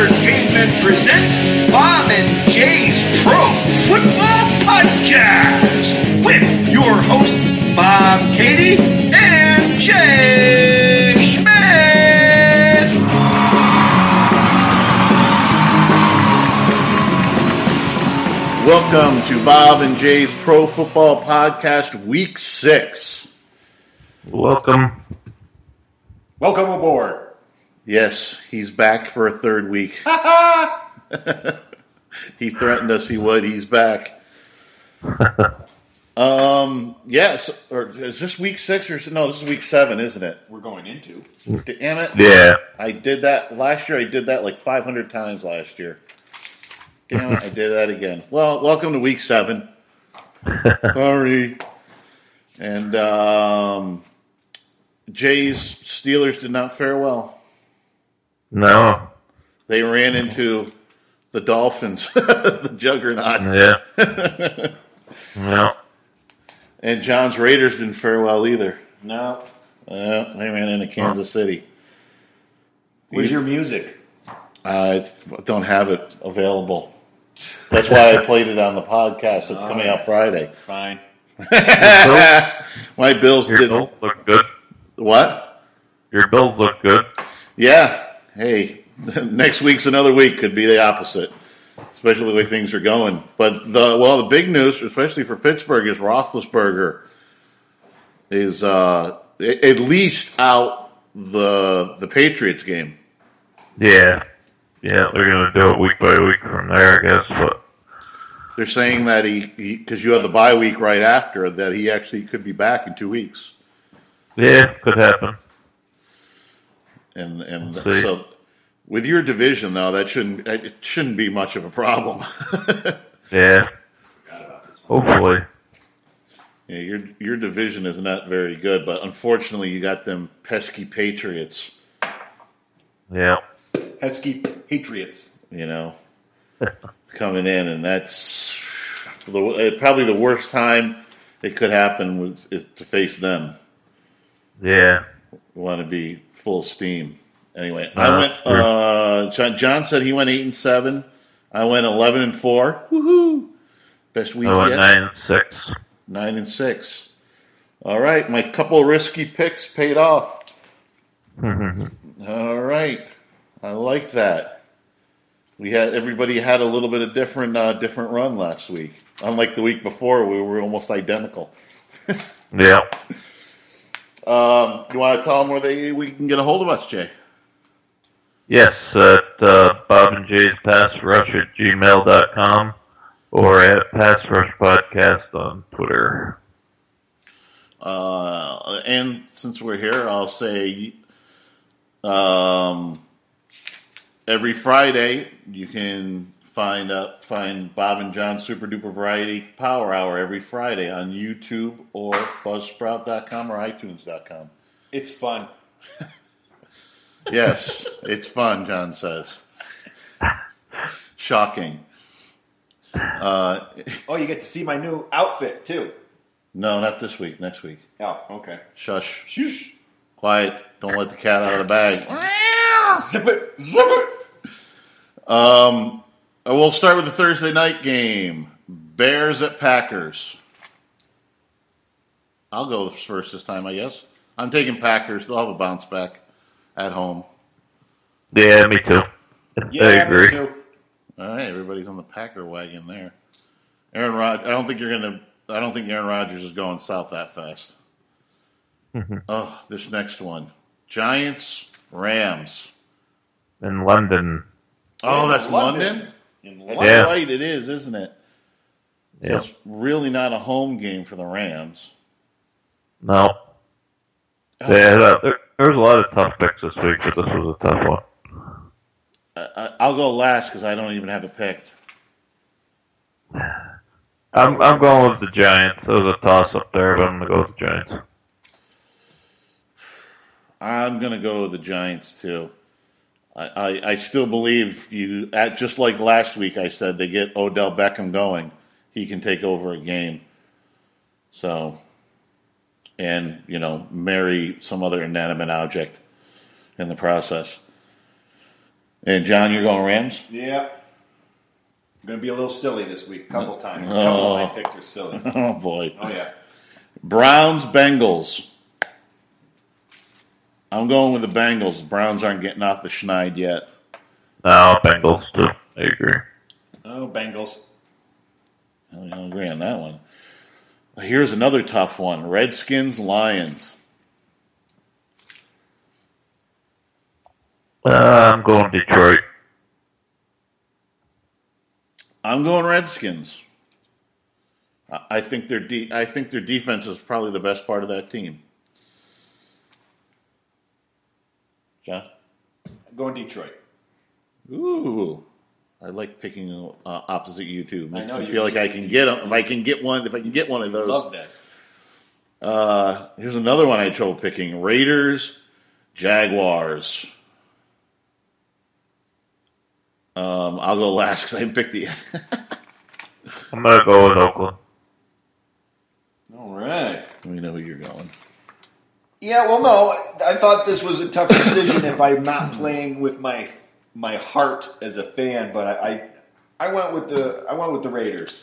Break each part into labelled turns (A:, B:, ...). A: Entertainment presents Bob and Jay's Pro Football Podcast with your host, Bob Katie and Jay Schmidt.
B: Welcome to Bob and Jay's Pro Football Podcast, Week Six.
C: Welcome.
D: Welcome aboard.
B: Yes, he's back for a third week. he threatened us he would. He's back. um. Yes. Or is this week six or no? This is week seven, isn't it?
D: We're going into.
B: Damn it!
C: Yeah.
B: I did that last year. I did that like 500 times last year. Damn it! I did that again. Well, welcome to week seven. Sorry. And um, Jay's Steelers did not fare well.
C: No.
B: They ran into the Dolphins, the juggernaut,
C: Yeah. no.
B: and John's Raiders didn't fare well either.
D: No.
B: Uh, they ran into Kansas City.
D: Where's your music?
B: I don't have it available. That's why I played it on the podcast. It's coming out Friday.
D: Fine.
B: My bills
C: Your
B: didn't.
C: build look good.
B: What?
C: Your build look good.
B: Yeah. Hey, next week's another week. Could be the opposite, especially the way things are going. But the well, the big news, especially for Pittsburgh, is Roethlisberger is uh, a- at least out the the Patriots game.
C: Yeah. Yeah, they're gonna do it week by week from there, I guess. But
B: They're saying that he because you have the bye week right after that he actually could be back in two weeks.
C: yeah, could happen.
B: and and
C: See.
B: so with your division though that shouldn't it shouldn't be much of a problem yeah,
C: Yeah. Hopefully.
B: your your division is not very good but unfortunately you got them pesky patriots
C: Yeah.
D: Pesky Patriots.
B: you know coming in and that's the, eh, probably the worst time it could happen was, is to face them
C: Yeah.
B: We want to be full steam anyway i
C: Uh-huh.
B: went uh john, john said he went eight and seven i went 11 and four woohoo best week
C: I went
B: yet.
C: Oh, nine and six.
B: Nine and six. All right, my couple risky picks paid off. All right, I like that. We had everybody had a little bit of different uh, different run last week. Unlike the week before, we were almost identical.
C: Yeah.
B: Um, you want to tell them where they we can get a hold of us, Jay?
C: Yes, at uh, Bob and Jay's Pass Rush at gmail.com or at Pass Rush Podcast on Twitter.
B: Uh, and since we're here, I'll say um, every Friday you can find up find Bob and John Super Duper Variety Power Hour every Friday on YouTube or Buzzsprout.com or iTunes.com.
D: It's fun.
B: Yes, it's fun, John says. Shocking. Uh,
D: Oh, you get to see my new outfit too.
B: no, not this week. Next week.
D: Oh, okay.
B: Shush.
D: Shoosh.
B: Quiet. Don't let the cat out of the bag.
D: Zip it. Zip it.
B: Um, uh, we'll start with the Thursday night game: Bears at Packers. I'll go first this time, I guess. I'm taking Packers. They'll have a bounce back at home.
C: Yeah, me too.
D: Yeah,
C: I
D: me
C: agree.
D: too.
B: All right, everybody's on the Packer wagon there. Aaron Rod. I don't think you're gonna. I don't think Aaron Rodgers is going south that fast. Oh, this next one: Giants, Rams.
C: In London.
B: Oh,
D: In
B: that's
D: London.
B: London.
D: In
B: That's
D: London.
C: Yeah.
B: right. It is, isn't it? So
C: Yeah.
B: It's really not a home game for the Rams.
C: No. They had a, there, there was a lot of tough picks this week, but this was a tough one.
B: I, I- I'll go last because I don't even have it picked.
C: I'm I'm going with the Giants. It was a toss up there, but I'm gonna go with the Giants.
B: I'm going to go with the Giants too. I, I, I still believe you. At just like last week, I said they get Odell Beckham going, he can take over a game. So, and you know, marry some other inanimate object in the process. And John, you're going Rams.
D: Yeah. I'm going to be a little silly this week. Couple times. A couple of
B: Oh.
D: my picks are silly.
B: Oh boy,
D: Oh, yeah.
B: Browns Bengals. I'm going with the Bengals. The Browns aren't getting off the schneid yet.
C: No, Bengals too. I agree.
D: Oh, Bengals.
B: I don't agree on that one. Here's another tough one: Redskins Lions.
C: Uh, I'm going Detroit.
B: I'm going Redskins. I I think their de- I think their defense is probably the best part of that team. John,
D: I'm going Detroit.
B: ooh, I like picking uh, opposite you two. Makes
D: know
B: me
D: you-
B: feel like I can get 'em- if I can get one if I can get one of
D: Love
B: those.
D: that.
B: Uh, here's another one I had trouble picking: Raiders, Jaguars. Um, I'll go last because I didn't pick the.
C: I'm gonna go with Oakland.
D: All right.
B: Let me know who you're going.
D: Yeah, well, no, I thought this was a tough decision if I'm not playing with my my heart as a fan, but I, I I went with the I went with the Raiders.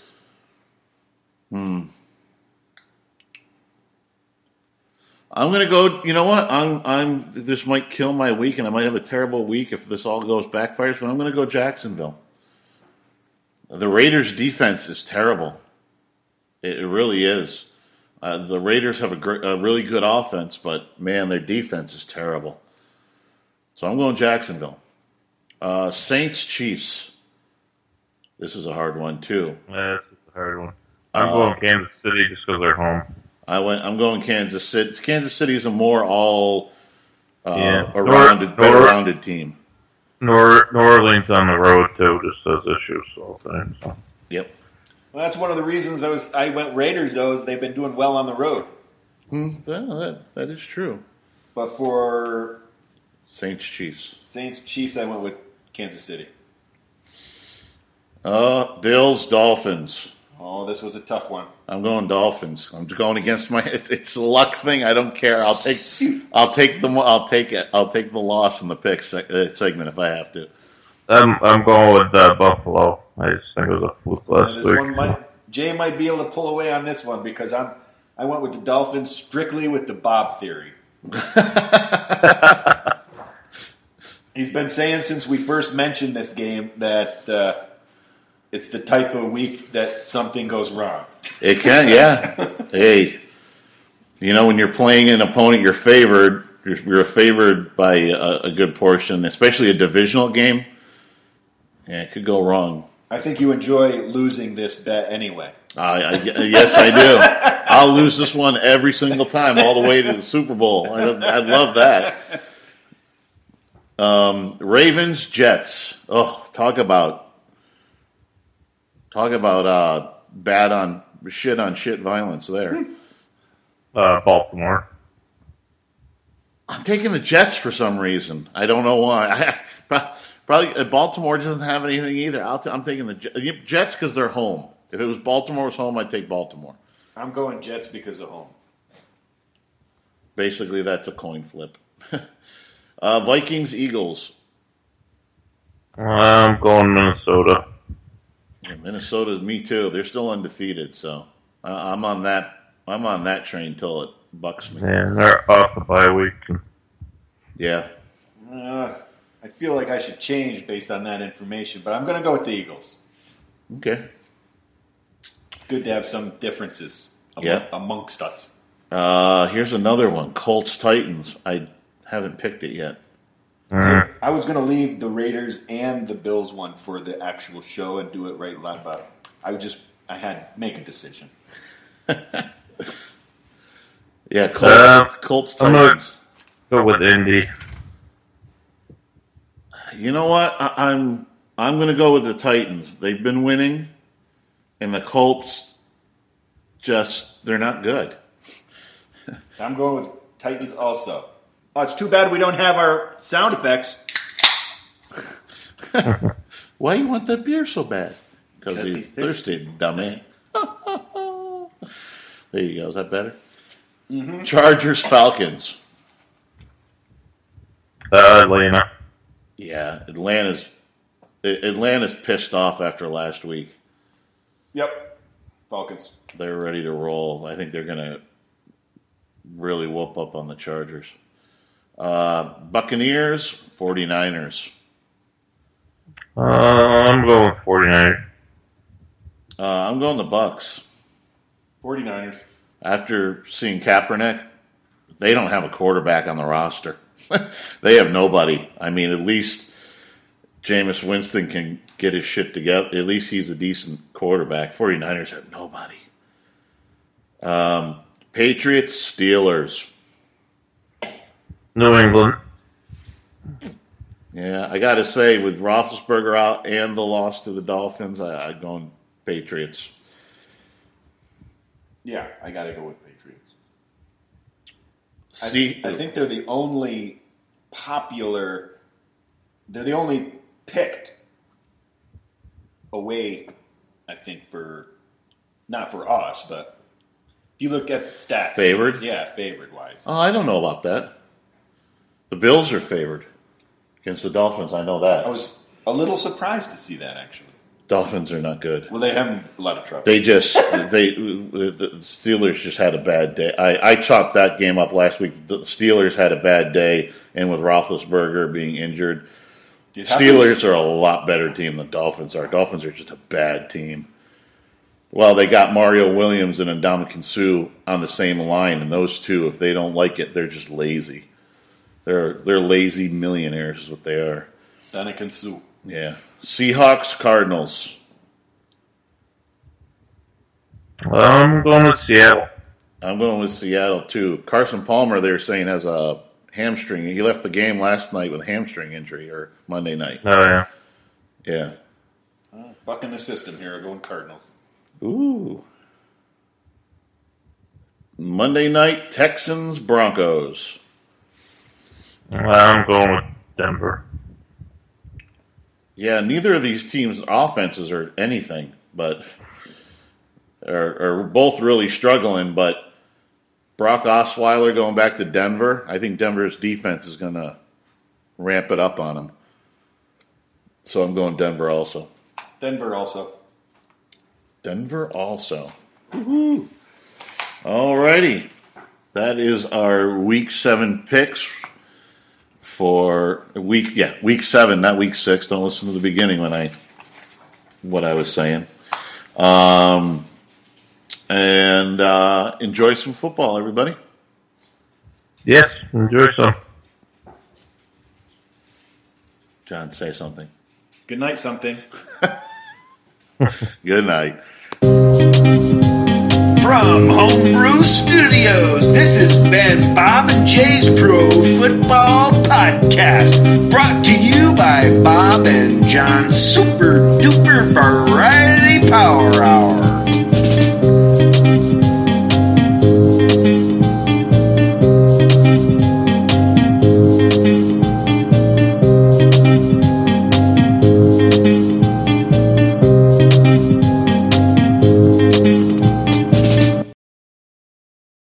B: I'm gonna go. You know what? I'm. I'm. This might kill my week, and I might have a terrible week if this all goes backfires. But I'm gonna go Jacksonville. The Raiders' defense is terrible. It, it really is. Uh, the Raiders have a, gr- a really good offense, but man, their defense is terrible. So I'm going Jacksonville. Uh, Saints Chiefs. This is a hard one too.
C: That's a hard one. I'm going Kansas City just because they're home.
B: I went. I'm going Kansas City. Kansas City is a more all uh,
C: Yeah.
B: a rounded,
C: Nor-
B: better
C: nor-
B: rounded team.
C: Nor New Orleans on the road too just has issues all the time. So.
B: Yep.
D: Well, that's one of the reasons I was I went Raiders though is they've been doing well on the road,
B: Hmm, well, that that is true.
D: but for
B: Saints Chiefs.
D: Saints Chiefs I went with Kansas City.
B: Uh, Bills Dolphins.
D: Oh, this was a tough one.
B: I'm going Dolphins. I'm going against my. It's, it's a luck thing. I don't care. I'll take. I'll take the. I'll take it. I'll take the loss in the pick seg- uh, segment if I have to.
C: I'm I'm going with uh, Buffalo. I just think it was a fluke
D: Uh,
C: last
D: this
C: week.
D: one might Jay might be able to pull away on this one because I'm I went with the Dolphins strictly with the Bob theory. He's been saying since we first mentioned this game that uh, it's the type of week that something goes wrong.
B: It can. Yeah. hey, you know when you're playing an opponent, you're favored. You're, you're favored by a, a good portion, especially a divisional game. Yeah, it could go wrong.
D: I think you enjoy losing this bet anyway.
B: I, I, yes, I do. I'll lose this one every single time, all the way to the Super Bowl. I, I love that. Um, Ravens, Jets. Oh, talk about talk about uh, bad on shit on shit violence. There,
C: Uh, Baltimore.
B: I'm taking the Jets for some reason. I don't know why. I, probably uh, Baltimore doesn't have anything either. I'll t- I'm taking the Je- Jets because they're home. If it was Baltimore's home, I'd take Baltimore.
D: I'm going Jets because of home.
B: Basically, that's a coin flip. uh, Vikings, Eagles.
C: I'm going Minnesota.
B: Yeah, Minnesota's me too. They're still undefeated, so I I'm on that. I'm on that train till it bucks me.
C: Man, they're off the bye week.
B: Yeah,
D: Uh, I feel like I should change based on that information, but I'm going to go with the Eagles.
B: okay.
D: It's good to have some differences among,
B: Yeah.
D: amongst us.
B: Uh, here's another one: Colts, Titans. I haven't picked it yet.
C: Mm.
D: I was going to leave the Raiders and the Bills one for the actual show and do it right live, but I would just I had to make a decision.
B: Yeah, Colts,
C: Uh,
B: Colts
C: I'm not-
B: Titans.
C: Go with Indy.
B: You know what? I, I'm I'm going to go with the Titans. They've been winning, and the Colts just they're not good.
D: I'm going with Titans also. Oh, it's too bad we don't have our sound effects
B: Why you want that beer so bad? Because he's,
D: he's
B: thirsty, dummy. there you go. Is that better? Mm-hmm. Chargers, Falcons.
C: Uh, Atlanta.
B: Yeah, Atlanta's A- Atlanta's pissed off after last week.
D: Yep. Falcons.
B: They're ready to roll. I think they're gonna really whoop up on the Chargers. Uh, Buccaneers, 49ers.
C: Uh, I'm going 49.
B: Uh, I'm going the Bucks.
D: 49ers.
B: after seeing Kaepernick, they don't have a quarterback on the roster. they have nobody. I mean, at least Jameis Winston can get his shit together. At least he's a decent quarterback. 49ers have nobody. Um, Patriots, Steelers.
C: New England.
B: Yeah, I got to say, with Roethlisberger out and the loss to the Dolphins, I, I'd gone Patriots.
D: Yeah, I got to go with Patriots. I,
B: See,
D: I think they're the only popular, they're the only picked away, I think, for, not for us, but if you look at the stats.
B: Favored?
D: Yeah, favored wise.
B: oh, I don't know about that. The Bills are favored against the Dolphins. I know that.
D: I was a little surprised to see that, actually.
B: Dolphins are not good.
D: Well, they have a lot of trouble.
B: They just they the Steelers just had a bad day. I, I chalked that game up last week. The Steelers had a bad day, and with Roethlisberger being injured,
D: It happens.
B: Steelers are a lot better team than Dolphins are. Dolphins are just a bad team. Well, they got Mario Williams and Ndamukong Sue on the same line, and those two, if they don't like it, they're just lazy. They're they're lazy millionaires is what they are.
D: Dominican Sue.
B: Yeah. Seahawks, Cardinals.
C: I'm going with Seattle.
B: I'm going with Seattle too. Carson Palmer, they were saying, has a hamstring. He left the game last night with a hamstring injury or Monday night.
C: Oh, yeah.
B: Yeah.
D: Bucking the system here, going Cardinals.
B: Ooh. Monday night, Texans, Broncos.
C: I'm going with Denver.
B: Yeah, neither of these teams' offenses are anything, but are, are both really struggling. But Brock Osweiler going back to Denver, I think Denver's defense is going to ramp it up on him. So I'm going Denver also.
D: Denver also.
B: Denver also. All righty. That is our week seven picks for week yeah, week seven, not week six. Don't listen to the beginning when I what I was saying. Um and uh, enjoy some football, everybody.
C: Yes, enjoy some.
B: John, say something.
D: Good night, something.
B: Good night.
A: From Homebrew Studios, this has been Bob and Jay's Pro Football Podcast, brought to you by Bob and John's Super Duper Variety Power Hour.